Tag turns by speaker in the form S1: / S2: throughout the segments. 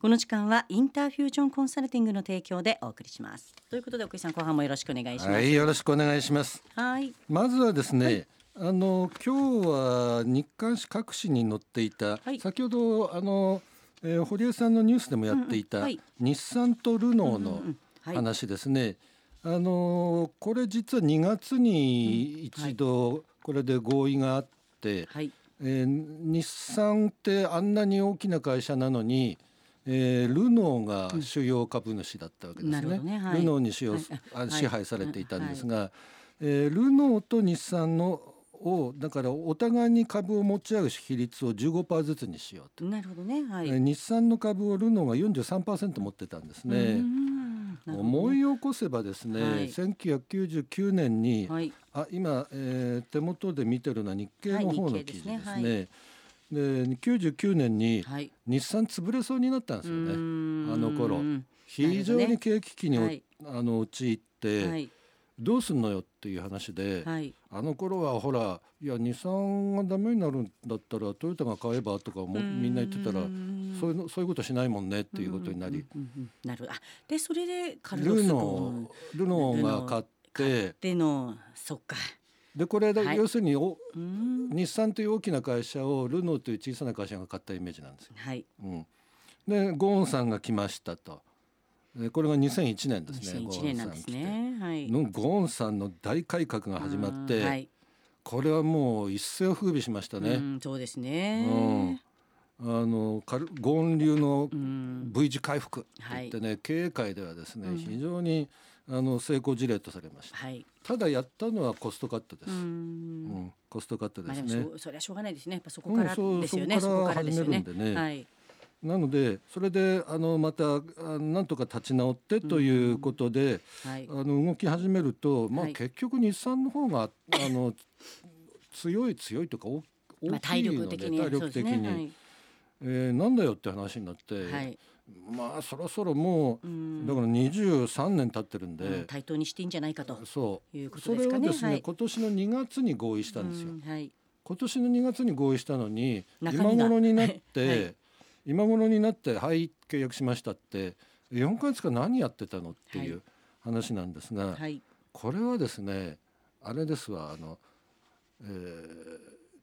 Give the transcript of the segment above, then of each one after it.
S1: この時間はインターフュージョンコンサルティングの提供でお送りしますということで奥井さん後半もよろしくお願いします
S2: はい、よろしくお願いします。
S1: はい
S2: まずはですね、あの今日は日刊紙各紙に載っていた、
S1: はい
S2: 先ほどあの、えー堀江さんのニュースでもやっていた、
S1: うんうんはい
S2: 日産とルノー
S1: うん
S2: の
S1: うんはい
S2: 話ですね。あのこれ実は2月に
S1: うんはい
S2: 一度これで合意があって、
S1: はい
S2: えー日産ってあんなに大きな会社なのに、えールノーが主要株主だったわけです
S1: なるほ
S2: ね。
S1: どねはい
S2: ルノーに使用、
S1: はい
S2: あ
S1: はい
S2: 支配されていたんですが、えールノーと日産のをだからお互いに株を持ち上げる比率を15%ずつにしようと、
S1: なるほどねはい、
S2: えー日産の株をルノーが43%持ってたんです
S1: うー
S2: ね。
S1: んなるほどね
S2: 思い起こせばですね、
S1: はい
S2: 1999年に、
S1: はい
S2: あ今、えー手元で見てるのは日経の方
S1: は
S2: の
S1: い
S2: 記
S1: 日
S2: 事
S1: 経で
S2: ですす
S1: ね
S2: ね。で99年に
S1: はい
S2: 日産潰れそうになったんですよ
S1: う
S2: ね。
S1: ーん
S2: あの頃非常に景気危機にお、
S1: はい
S2: あの陥って、
S1: はい
S2: どうすんのよっていう話で、
S1: はい
S2: あの頃はほらいや日産がダメになるんだったらトヨタが買えばとかもみんな言ってたら
S1: うーん
S2: そういうのそういうことしないもんねっていうことになり、
S1: うんうんうんうんなるほどあでそれでカルロ
S2: ル
S1: スゴーン
S2: ノールノーが買っ
S1: 買
S2: て
S1: でのそっか
S2: でこれ、
S1: はい
S2: 要するにお
S1: うーん
S2: 日産という大きな会社をルノーという小さな会社が買ったイメージなんですよ。
S1: はい
S2: うん、でゴーンさんが来ましたとでこれが2001年ですね
S1: 2001年なんですねはい
S2: ゴーンさん来てのゴーンさんの大改革が始まって、
S1: うんはい
S2: これはもう一世を風靡しました
S1: う
S2: ね、
S1: んそうです
S2: うん
S1: ね
S2: あのカルゴーン流の
S1: うん
S2: V 字回復といってね、経営界ではですね、
S1: うん
S2: 非常にあの成功事例とされました
S1: はい
S2: ただやったのはコストカットで
S1: う
S2: す、うん
S1: ん
S2: コストカットで
S1: まあ
S2: す
S1: で
S2: ね
S1: も、そそれはしょうがないですねやっぱそこ
S2: う
S1: か
S2: ん
S1: ら
S2: そう
S1: ですよね
S2: そ
S1: そ
S2: こ
S1: こか
S2: か
S1: ららです
S2: 始
S1: よ
S2: める
S1: ね
S2: んでね、
S1: はい
S2: なのでそれであのまたあなんとか立ち直ってということで、
S1: はい
S2: あの動き始めると、まあ、
S1: はい
S2: 結局日産の方があの強い強いというか大
S1: まあ
S2: 大き
S1: 体
S2: いの
S1: 力
S2: で
S1: 的に
S2: 体力的
S1: そうです
S2: に、
S1: ねはい
S2: えーなんだよって話になって、
S1: はい
S2: まあそろそろも
S1: う
S2: うんだから23年経ってるんで、
S1: うん対等にしていいんじゃないかと
S2: そう
S1: いうこと
S2: そ
S1: で
S2: れ
S1: すか
S2: を
S1: ね
S2: ですね、
S1: はい
S2: 今年の2月に合意したんですよ。
S1: うはい
S2: 今年の2月に合意したのに
S1: 中
S2: 今
S1: 身が
S2: 頃になって、
S1: はい
S2: 今頃になってはい契約しましたって4ヶ月間何やってたのってい
S1: は
S2: う話なんですが、
S1: はい
S2: これはですねあれですわあの、えー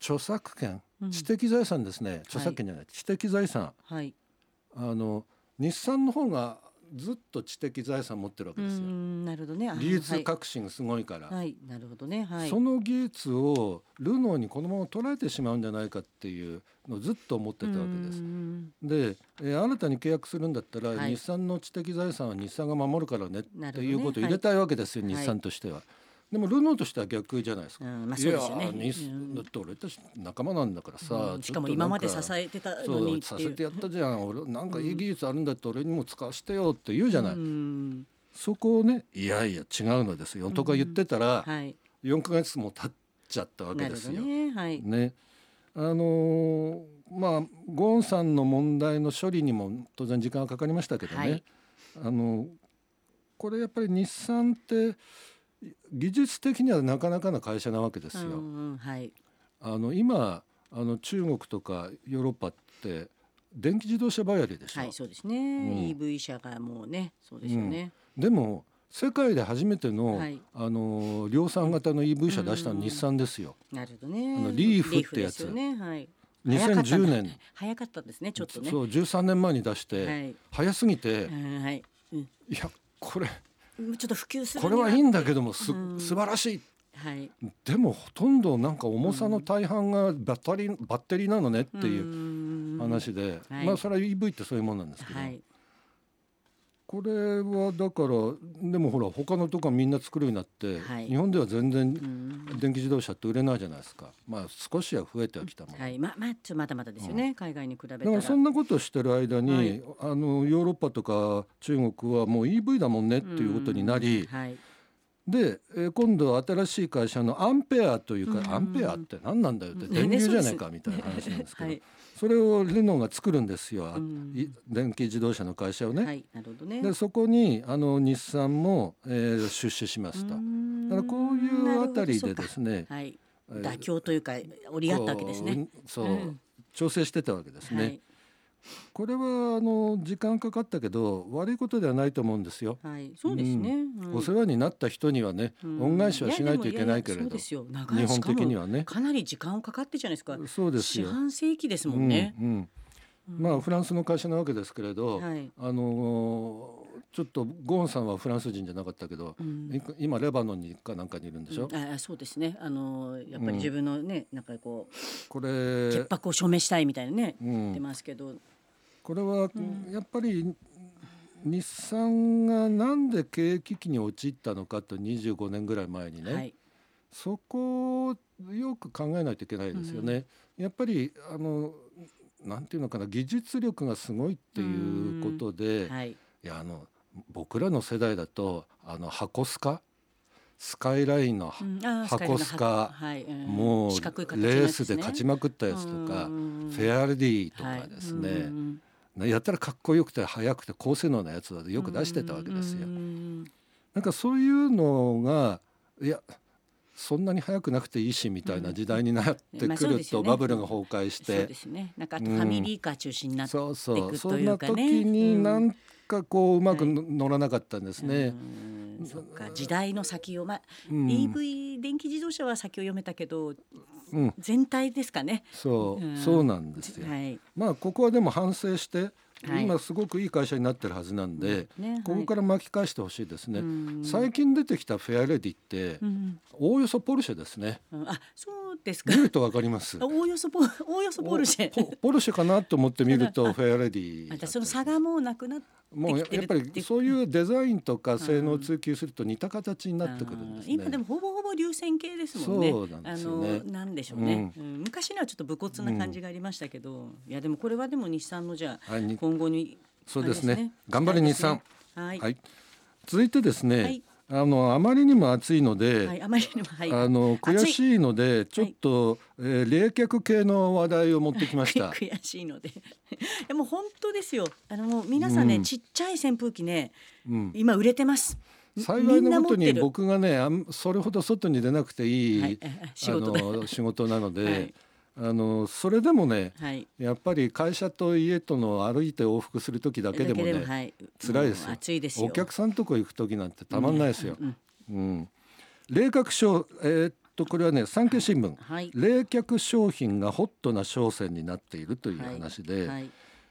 S2: 著作権
S1: うん
S2: 知的財産ですね、著作権じゃない、知的財産
S1: はい
S2: あの日産の方がずっと知的財産持ってるわ
S1: う
S2: けですよ。
S1: んなるほどねあ
S2: 技
S1: は
S2: 術
S1: い
S2: 革新すごいから、
S1: はいなるほどねはい
S2: その技術をルノーにこのまま取られてしまうんじゃないかっていうのをずっと思ってたわけです
S1: う。ん
S2: で、えー新たに契約するんだったら、
S1: はい
S2: 日産の知的財産は日産が守るからね
S1: なるほど
S2: って
S1: ね
S2: いうことを入れたいわけですよ、
S1: はい
S2: 日産としては。でもルノーとしては逆じゃないです
S1: う
S2: か。
S1: んまあ
S2: い
S1: そう
S2: や
S1: ですよね
S2: 日産
S1: うん
S2: だって俺たち仲間なんだからさ、
S1: うん
S2: ち
S1: し
S2: ょ
S1: か
S2: っと
S1: も今まで支
S2: なんか
S1: えてたの
S2: そ
S1: に
S2: う
S1: って
S2: さ
S1: い
S2: せ
S1: う
S2: てやったじゃん俺なんかいい技術あるんだって俺にも使わせてよって言うじゃない、
S1: うん
S2: そこをねいやいや違うのですよとか言ってたら、
S1: はい
S2: 4ヶ月も経っちゃったわけ
S1: な
S2: で
S1: る
S2: す
S1: ほど
S2: よ。
S1: ねはい
S2: ね、あのーまあゴーンさんの問題の処理にも当然時間がかかりましたけどね、
S1: はい
S2: あのこれやっぱり日産って技術的にはなかなかな会社なわけですよ。
S1: うんうんはい
S2: あの今あの中国とかヨーロッパって電気自動車ばやりでしょ、
S1: はいそうです
S2: ん
S1: ね EV 車がもうねそうですよね
S2: でも世界で初めての、
S1: はい
S2: あのー量産型の EV 車出したの日産ですよ。
S1: なるほどね
S2: あのリーフってや
S1: リーフで
S2: つ
S1: すよねはい早かった
S2: 2010年
S1: 早かったですねちょっとね
S2: そう13年前に出して、
S1: はい
S2: 早すぎて、
S1: うんはいうん
S2: いやこれ
S1: ちょっと普及する
S2: これはいい
S1: ん
S2: んだけどもす、
S1: うん
S2: 素晴らしい
S1: はい
S2: でもほとんどなんか重さの大半がバッタリバッテリーなのねっていう
S1: う
S2: 話で、
S1: はい
S2: まあそれは EV ってそういうもんなんですけど、
S1: はい
S2: これはだからでもほら他のとこはみんな作るようになって、
S1: はい
S2: 日本では全
S1: う
S2: 然
S1: ん
S2: 電気自動車って売れないじゃないですかまあ少しは増えてはきたもの、
S1: はいまあまあちょっとまだまだですよね海外に比べた
S2: だかららそんなことしてる間に、
S1: はい
S2: あのヨーロッパとか中国はもう EV だもんねっていうことになり、
S1: はい
S2: で、えー今度は新しい会社のアンペアというか、
S1: うん
S2: アンペアって何なんだよって
S1: うんね
S2: 電流じゃない
S1: そ
S2: か
S1: う
S2: みたいな話なんですけど、
S1: はい
S2: それをルノーが作るんですよ、あ
S1: うん
S2: い電気自動車の会社をね。
S1: はいなるほどね
S2: でそこにあの日産も、えー出資しますと。だからこういうあたりでです
S1: ね
S2: ね、
S1: はい
S2: えー
S1: 妥協というか折り合ったわけですね
S2: こうそう、
S1: うん
S2: 調整してたわけですね。
S1: はい
S2: これはあの時間かかったけど悪いことではないと思うんですよ。
S1: はい、そうですね。はい
S2: お世話になった人にはね、
S1: うん
S2: 恩返しはしないといけないけれ
S1: やでもややそう
S2: ど、
S1: ですよ。長
S2: 日
S1: い
S2: 本的には
S1: し
S2: ね。
S1: かもかなり時間をかかってじゃないですか。
S2: そうです
S1: 四
S2: よ。
S1: 半世紀ですもんね。
S2: うんうんまあフランスの会社なわけですけれど、
S1: はい
S2: あのーちょっとゴーンさんはフランス人じゃなかったけど、
S1: うん
S2: い今レバノンにかなんかにいるんでしょ、
S1: うんああそうですね。あのやっぱり自分のね、なんかこう
S2: これ、
S1: 潔白を証明したいみたいなね、
S2: う
S1: 言って
S2: ん、
S1: ますけど、
S2: これはやっぱり日産がなんで経営危機に陥ったのかと25年ぐらい前にね、
S1: はい。
S2: そこをよく考えないといけないですよね。やっぱりあのなんていうのかな技術力がすごいっていうことで、い、
S1: はい。
S2: やあの僕らの世代だとあの箱スカスカイラインの、
S1: うんあ
S2: 箱
S1: カイラの
S2: スカ
S1: はい、ん
S2: もう
S1: 四角い形の
S2: レー
S1: やつ
S2: スで勝ち
S1: ね
S2: まくったやつとか、
S1: うん
S2: フェアレディとかですね、
S1: はいうん
S2: ねやったらかっこよくて速くて高性能なやつをよく出してたわけです
S1: う
S2: よ。
S1: ん
S2: なんかそういうのがいやそんなに速くなくていいしみたいな時代になって
S1: まあ
S2: く
S1: そうで
S2: る
S1: すよ
S2: と
S1: ね
S2: バブルが崩壊し
S1: そう
S2: て
S1: ですね。なんかあとファミリーカー中心になって
S2: そうそう
S1: く
S2: そ
S1: と
S2: ん
S1: い
S2: な
S1: うかね
S2: 時になんかこううまく
S1: はい
S2: の乗らなかったんです
S1: う
S2: ね。
S1: んそっか時代の先をまあ、
S2: うん
S1: EV 電気自動車は先を読めたけど
S2: うん、
S1: 全体ですかね。
S2: そううんそうなんですよ。
S1: はい。
S2: まあここはでも反省して
S1: はい
S2: 今すごくいい会社になってるはずなんで
S1: うんね
S2: ここから巻き返してほしいですね
S1: う。ん
S2: 最近出てきたフェアレディって
S1: うん
S2: おおよそポルシェですね。
S1: うんあそうですか
S2: 見。るとわかります。
S1: あ おおよそポおおよそポルシ
S2: ポ
S1: ェ。
S2: ポルシェかなと思って見 るとフェアレディだ
S1: あ
S2: っ
S1: じ
S2: た
S1: ゃあその差がもうなくなって
S2: もうや
S1: きて
S2: や
S1: る
S2: っぱりそういうデザインとか性能を追求すると似た形になってくるんですね。
S1: 今でもほぼほぼ流線形ですもんね。
S2: そうなんですよね
S1: あのなんでしょうね、
S2: う
S1: うん昔のはちょっと武骨な感じがありましたけど、いやでもこれはでも日産のじゃあ
S2: はいに
S1: 今後に
S2: そうですね
S1: あれ
S2: 頑張れ日産。
S1: はい、
S2: はい、続いてですね、
S1: はい
S2: あのあまりにも暑いので、
S1: はい、あまりにもはい。
S2: あの悔
S1: 暑い
S2: しいのでちょっと、えー冷却系の話題を持ってきました。
S1: 悔しいのででも本当ですよあのもう皆さんね、
S2: うん
S1: ちっちゃい扇風機ね
S2: うん、
S1: 今売れてますみ
S2: 幸
S1: み
S2: い
S1: ん
S2: な
S1: な
S2: こ
S1: 持
S2: と
S1: って
S2: に
S1: る
S2: 僕がねあんそれほど外に出なくていい、
S1: はいあ仕事で
S2: あの 仕事なので、
S1: はい
S2: あのそれでもね
S1: はい
S2: やっぱり会社と家との歩いて往復する時だけでもね
S1: はい、
S2: 辛いですよ
S1: もう暑いですよ
S2: お客さんとこ行く時なんてたまんないですよ。
S1: うん
S2: うん冷却商えーっとこれはね産経新聞、
S1: はい
S2: 冷却商品がホットな商戦になっているという話で、
S1: はい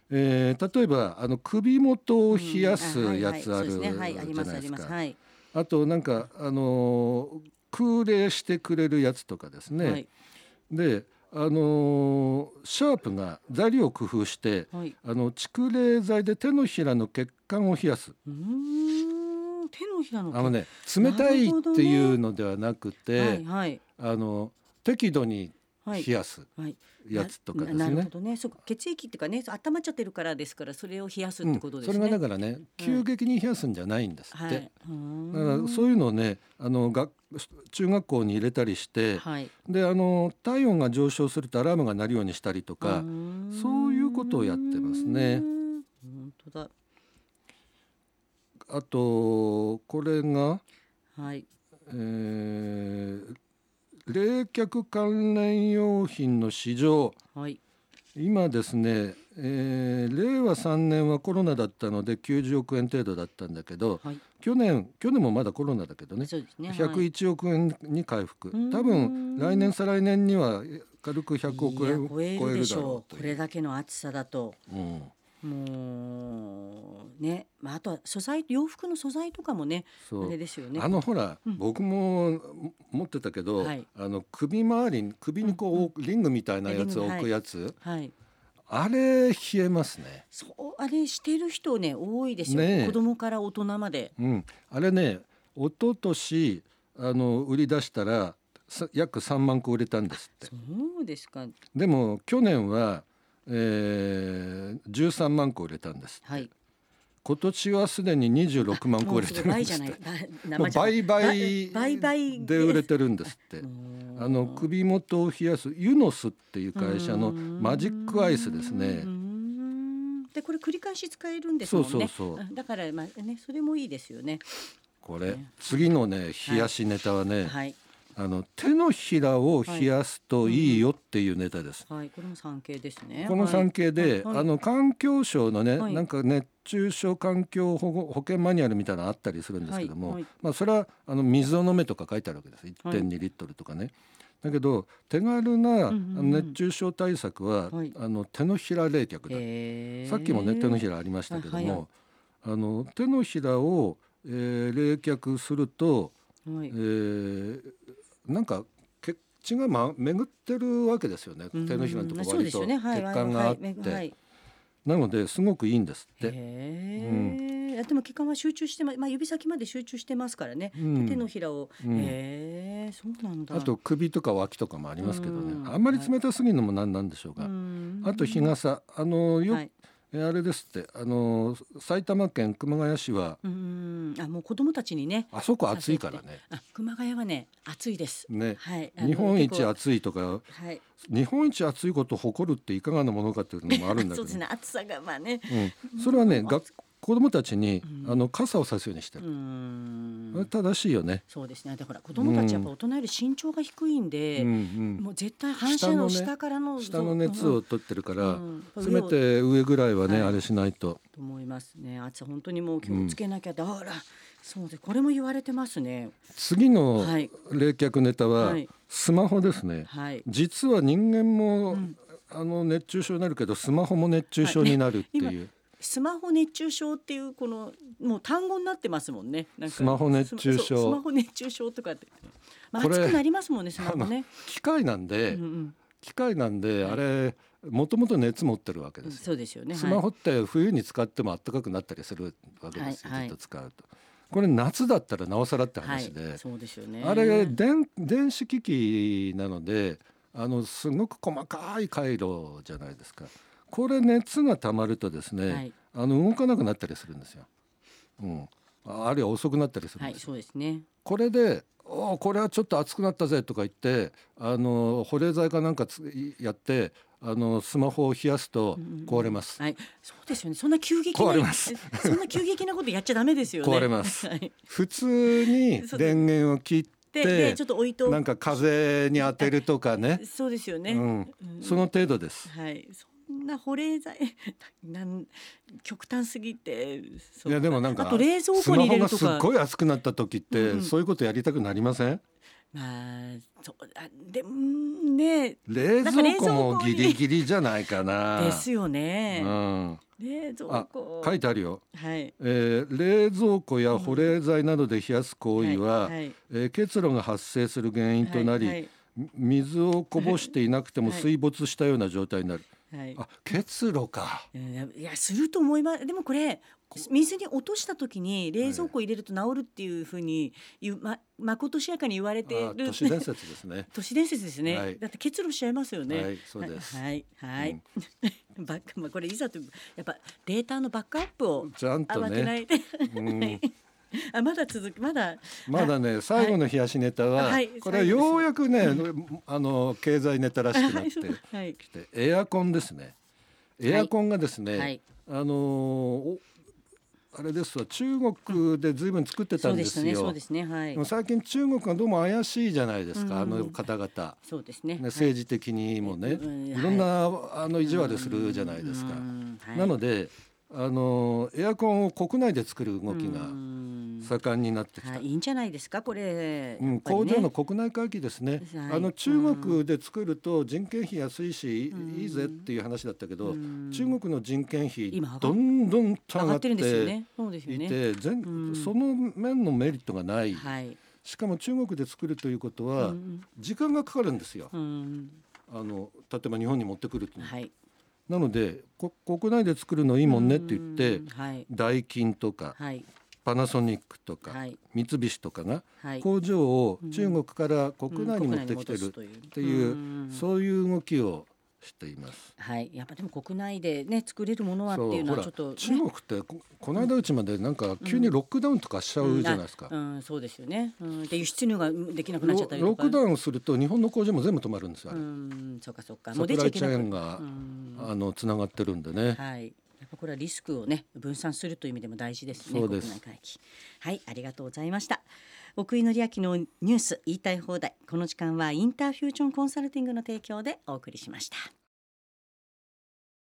S2: えー例えばあの首元を冷やす
S1: うん
S2: やつあるじゃ
S1: は
S2: ない
S1: はいそうですねはいあり
S2: い
S1: ますあ
S2: で
S1: り
S2: す
S1: ます
S2: か
S1: はい、
S2: あとなんかあのー空冷してくれるやつとかですね、
S1: はい
S2: であのーシャープが材料を工夫して、
S1: はい
S2: あの蓄冷剤で手のひらの血管を冷やす
S1: うーん手のひらの
S2: あのね冷たいっていうのではなくて
S1: はいはい
S2: あの適度に
S1: はい
S2: 冷やす
S1: はい
S2: やつとかですね、
S1: ななるほどねそうか血液っていうかねそう温まっちゃってるからですからそれを冷やすっ
S2: う
S1: て
S2: ん
S1: ことです
S2: そ
S1: ね、
S2: れがだからね急激に冷やすんじゃないんですって、
S1: はい、うーん
S2: だからそういうのをねあの学中学校に入れたりして
S1: はい
S2: であの体温が上昇するとアラームが鳴るようにしたりとか、そういうことをやってますね
S1: うーん本当だ
S2: あとこれが
S1: はい
S2: えー冷却関連用品の市場
S1: はい
S2: 今ですね、えー令和3年はコロナだったので90億円程度だったんだけど
S1: はい、
S2: 去年去年もまだコロナだけどね
S1: そうですねはい
S2: 101億円に回復
S1: ーん
S2: 多分来年再来年にはえ軽く100億円を超
S1: い
S2: え
S1: や超えるで
S2: る
S1: し
S2: だ
S1: ょ
S2: ろ
S1: う
S2: う
S1: こと
S2: い
S1: れ
S2: う。
S1: だけの暑さだと
S2: うん
S1: もうね、まあ、あとは素材洋服の素材とかもね
S2: そ
S1: あれ
S2: う
S1: ですよね
S2: あのほら、
S1: うん
S2: 僕もも持ってたけど、
S1: はい
S2: あの首周りに首にこう、リングみたいなやつを置くやつ、
S1: はい
S2: あれ冷えますね。
S1: そうあれしてる人ね多いですよ、
S2: ねえ
S1: 子供から大人まで
S2: うん、あれね一昨年あの売り出したらさ約3万個売れたんですって
S1: そうですか
S2: でも去年は、えー、13万個売れたんです
S1: はい
S2: 今年はすでに26万個売れてるん
S1: 倍
S2: で
S1: じゃ
S2: す
S1: な
S2: っ
S1: い
S2: て
S1: な
S2: も
S1: 生
S2: う
S1: じゃない
S2: 倍倍
S1: 倍倍
S2: で売れてるんですって
S1: うん
S2: あの首元を冷やすユノスっていう会社のマジックアイスですね
S1: うんでこれ繰り返し使えるんですもんね
S2: そうそうそう
S1: だからまあねそれもいいですよね
S2: これ次のね冷やしネタはね、
S1: はい
S2: あの手のひらを冷やすといいよっていうネタです。
S1: はい、これも産経ですね。
S2: この産経で、
S1: はい
S2: あの環境省のね、
S1: はい
S2: なんか熱中症環境保護保険マニュアルみたいなのあったりするんですけど
S1: は
S2: も、
S1: いはい
S2: まあそれはあの水を飲めとか書いてあるわけです。1.2リットルとかね。だけど手軽なあ
S1: うんうんうん
S2: の熱中症対策は、
S1: はい
S2: あの手のひら冷却だ。
S1: へー
S2: さっきもね手のひらありましたけども、
S1: はいはい
S2: あの手のひらを、えー冷却すると、
S1: はい
S2: えーなんか血血が、ま、巡ってるわけですよね手のひらのとこ
S1: うん
S2: ろ割と
S1: そうですよ
S2: 血
S1: ねはい
S2: 管があって、
S1: はいはい
S2: なのですごくいいんですっ
S1: へ
S2: て。
S1: え、いやでも血管は集中してま、まあ、指先まで集中してますからね、
S2: うん
S1: 手のひらを、
S2: うん
S1: へえそうなんだ
S2: あと首とか脇とかもありますけどね、
S1: うん
S2: あんまり冷たすぎるのもなんなんでしょうが、あと日傘あのよ、
S1: はい
S2: えあれですってあの埼玉県熊谷市は
S1: うんあもう子供たちにね
S2: あそこ暑いからね
S1: あ熊谷はね暑いです、
S2: ね
S1: はい、あの
S2: 日本
S1: 結
S2: 一
S1: 構
S2: 暑いとか
S1: はい
S2: 日本一暑いことを誇るっていかがなものかっていうのもあるんだけ
S1: そう
S2: ど
S1: ですね暑さがまあね
S2: うん、それはねが子供たちに、
S1: うん
S2: あの傘をさすようにして
S1: う
S2: る、
S1: ん
S2: これ正しいよね、
S1: そうですねでほら子供たちやっぱ大人より身長が低いん
S2: うんう
S1: で、
S2: ん、
S1: もう絶対反射の下からの,そ
S2: 下
S1: う、
S2: の熱
S1: うん
S2: を取ってるから、
S1: うん
S2: せめて上ぐらいはね、
S1: はい
S2: あれしないと
S1: と思いますね。あつ本当にもう気をつけなきゃだから、そうでこれも言われてますね。
S2: 次の
S1: はい
S2: 冷却ネタは、
S1: はい
S2: スマホですね、
S1: はい。
S2: 実は人間も、
S1: ん
S2: あの熱中症になるけどスマホも熱中症になるっていう、
S1: はいねスマホ熱中症っていうこのもう単語になってますもんね。なんか
S2: スマホ熱中症
S1: スマそうスマホ熱中症とかって、まあ、
S2: これ
S1: 熱くなりますもんねスマホね。
S2: 機械なん
S1: う
S2: で、
S1: んうん
S2: 機械なんであれもともと熱持ってるわけ
S1: う
S2: で
S1: ん、
S2: すよ
S1: そうですよね。
S2: スマホって冬に使っても暖かくなったりするわけですよ、
S1: はいはい
S2: ずっと使うと。これ夏だったらなおさらって
S1: はい、
S2: 話で、
S1: はい、そうですよね。
S2: あれ電電子機器なのであのすごく細かい回路じゃないですかこれ熱がたまるとですね、
S1: はい
S2: あの動かなくなったりするんですよ、うん、ああるいは遅くなったりする
S1: は
S2: ん
S1: い
S2: ですよ、
S1: そうですね。
S2: これで「おーこれはちょっと熱くなったぜ」とか言ってあの保冷剤かなんかつやってあのスマホを冷やすと壊れます、
S1: はいそうですよね。そんな急激な
S2: 壊れます
S1: そんな急激なことやっちゃダメですよね。
S2: 壊れます
S1: はい。
S2: 普通に電源を切っ
S1: でで
S2: て
S1: ちょっと置いと
S2: なんか風に当てるとかね、
S1: そうですよね。
S2: うん
S1: う、ん
S2: その程度です。
S1: はい、そんな保冷剤 なん極端すぎてそ
S2: いうやでもなんか
S1: あと冷蔵庫に入れると
S2: スマ
S1: か
S2: ホがすっごい熱くなった時って、
S1: うんうん
S2: そういうことやりたくなりません
S1: まあそうあでうんね
S2: 冷
S1: なんか冷蔵
S2: 蔵庫
S1: 庫
S2: もギ
S1: に
S2: リギリじゃないかな
S1: ですよね、
S2: うん、
S1: 冷蔵
S2: あ
S1: 庫
S2: 書いてあるよ、
S1: はい
S2: えー冷蔵庫や保冷剤などで冷やす行為は、
S1: はいはい
S2: えー結露が発生する原因となり、
S1: はい
S2: み水をこぼしていなくても
S1: はい
S2: 水没したような状態になる、
S1: はい
S2: あ結露か
S1: うんいやすると思いますでもこれ水に落とした時に冷蔵庫入れると治るっていうふうに言うままことしやかに言われて
S2: あ
S1: る
S2: 都市伝説ですね
S1: 都市伝説ですね、
S2: はい
S1: だって結露しちゃいますよね、
S2: はいそうです、
S1: はいはい、
S2: う ん
S1: バックまあこれいざとやっぱデータのバックアップを
S2: ちゃん と
S1: 慌てな
S2: ね、
S1: いで、
S2: うん、
S1: あまだ続くまだ
S2: まだね最後の冷やしネタは、
S1: はい
S2: これはようやくね、あの経済ネタらしく
S1: は
S2: なっ
S1: い
S2: て
S1: そう はい
S2: きてエアコンですね
S1: い
S2: エアコンがですね、
S1: はい
S2: あのーおあれですわ中国でずいぶん作ってた
S1: そうんで
S2: で
S1: した
S2: す
S1: ね
S2: よ、
S1: そうですねは
S2: で
S1: い
S2: も最近中国がどうも怪しいじゃないですか、
S1: うんうん
S2: あの方々、
S1: そうですね
S2: ね、
S1: はい
S2: 政治的にもね、
S1: うん
S2: い
S1: はい
S2: ろんなあの意地悪するじゃないですか、
S1: うんはい
S2: なのであのエアコンを国内で作る動きが
S1: うん
S2: 盛んになってきた、
S1: はいいいんじゃないですかこれ、
S2: うん、
S1: やっぱり
S2: 工
S1: ね
S2: 場の国内回帰ですね、
S1: はい
S2: あの中国で作ると人件費安いし、いいぜっていう話だったけど、
S1: うん
S2: 中国の人件費
S1: 今上がっ
S2: どんどんと上
S1: 上
S2: が
S1: が
S2: っ
S1: ってて
S2: い
S1: るん
S2: て
S1: ですよねそうですよね
S2: 全
S1: うん
S2: その面のメリットがない、
S1: はい
S2: しかも中国で作るということ
S1: う
S2: は
S1: ん
S2: 時間がかかるんですよ、
S1: うん
S2: あの例えば日本に持ってくると、
S1: はい
S2: なのでこ国内で作るのいいもんねって言って、
S1: うんはい
S2: ダイキンとか
S1: はい
S2: パナソニックとか、
S1: はい
S2: 三菱とかが
S1: はい
S2: 工場を中国から国内に
S1: うん
S2: 持ってきて
S1: 国内に戻
S2: る、
S1: すという
S2: っていう、
S1: うん
S2: そういう動きをしています。
S1: はい、やっぱでも国内でね作れるものはって
S2: そ
S1: いうう
S2: ほ
S1: のは
S2: ら
S1: ちょっと、ね、
S2: 中国ってここの間うちまでなんか急にロックダウンとかしちゃうじゃないですか。
S1: うん、あうんそうですよね。うん、で輸出入ができなくなっ
S2: ロ
S1: ちゃったりと
S2: ロッ
S1: か。
S2: クダウンすると日本の工場も全部止まるんですよ。あ
S1: う
S2: れ
S1: ん、そうかそうか。も
S2: サ
S1: う出
S2: プ
S1: ち
S2: ラ
S1: ゃい
S2: イ
S1: け
S2: チ
S1: な
S2: ェ
S1: く
S2: ーン
S1: な
S2: が
S1: る。うん、
S2: あのつながってるんでね。
S1: はい。やっぱこれはリスクをね分散するという意味でも大事ですね。
S2: そうです
S1: 国内回帰。はい、ありがとうございました。奥井紀明のニュース言いたい放題この時間はインターフューチョンコンサルティングの提供でお送りしました。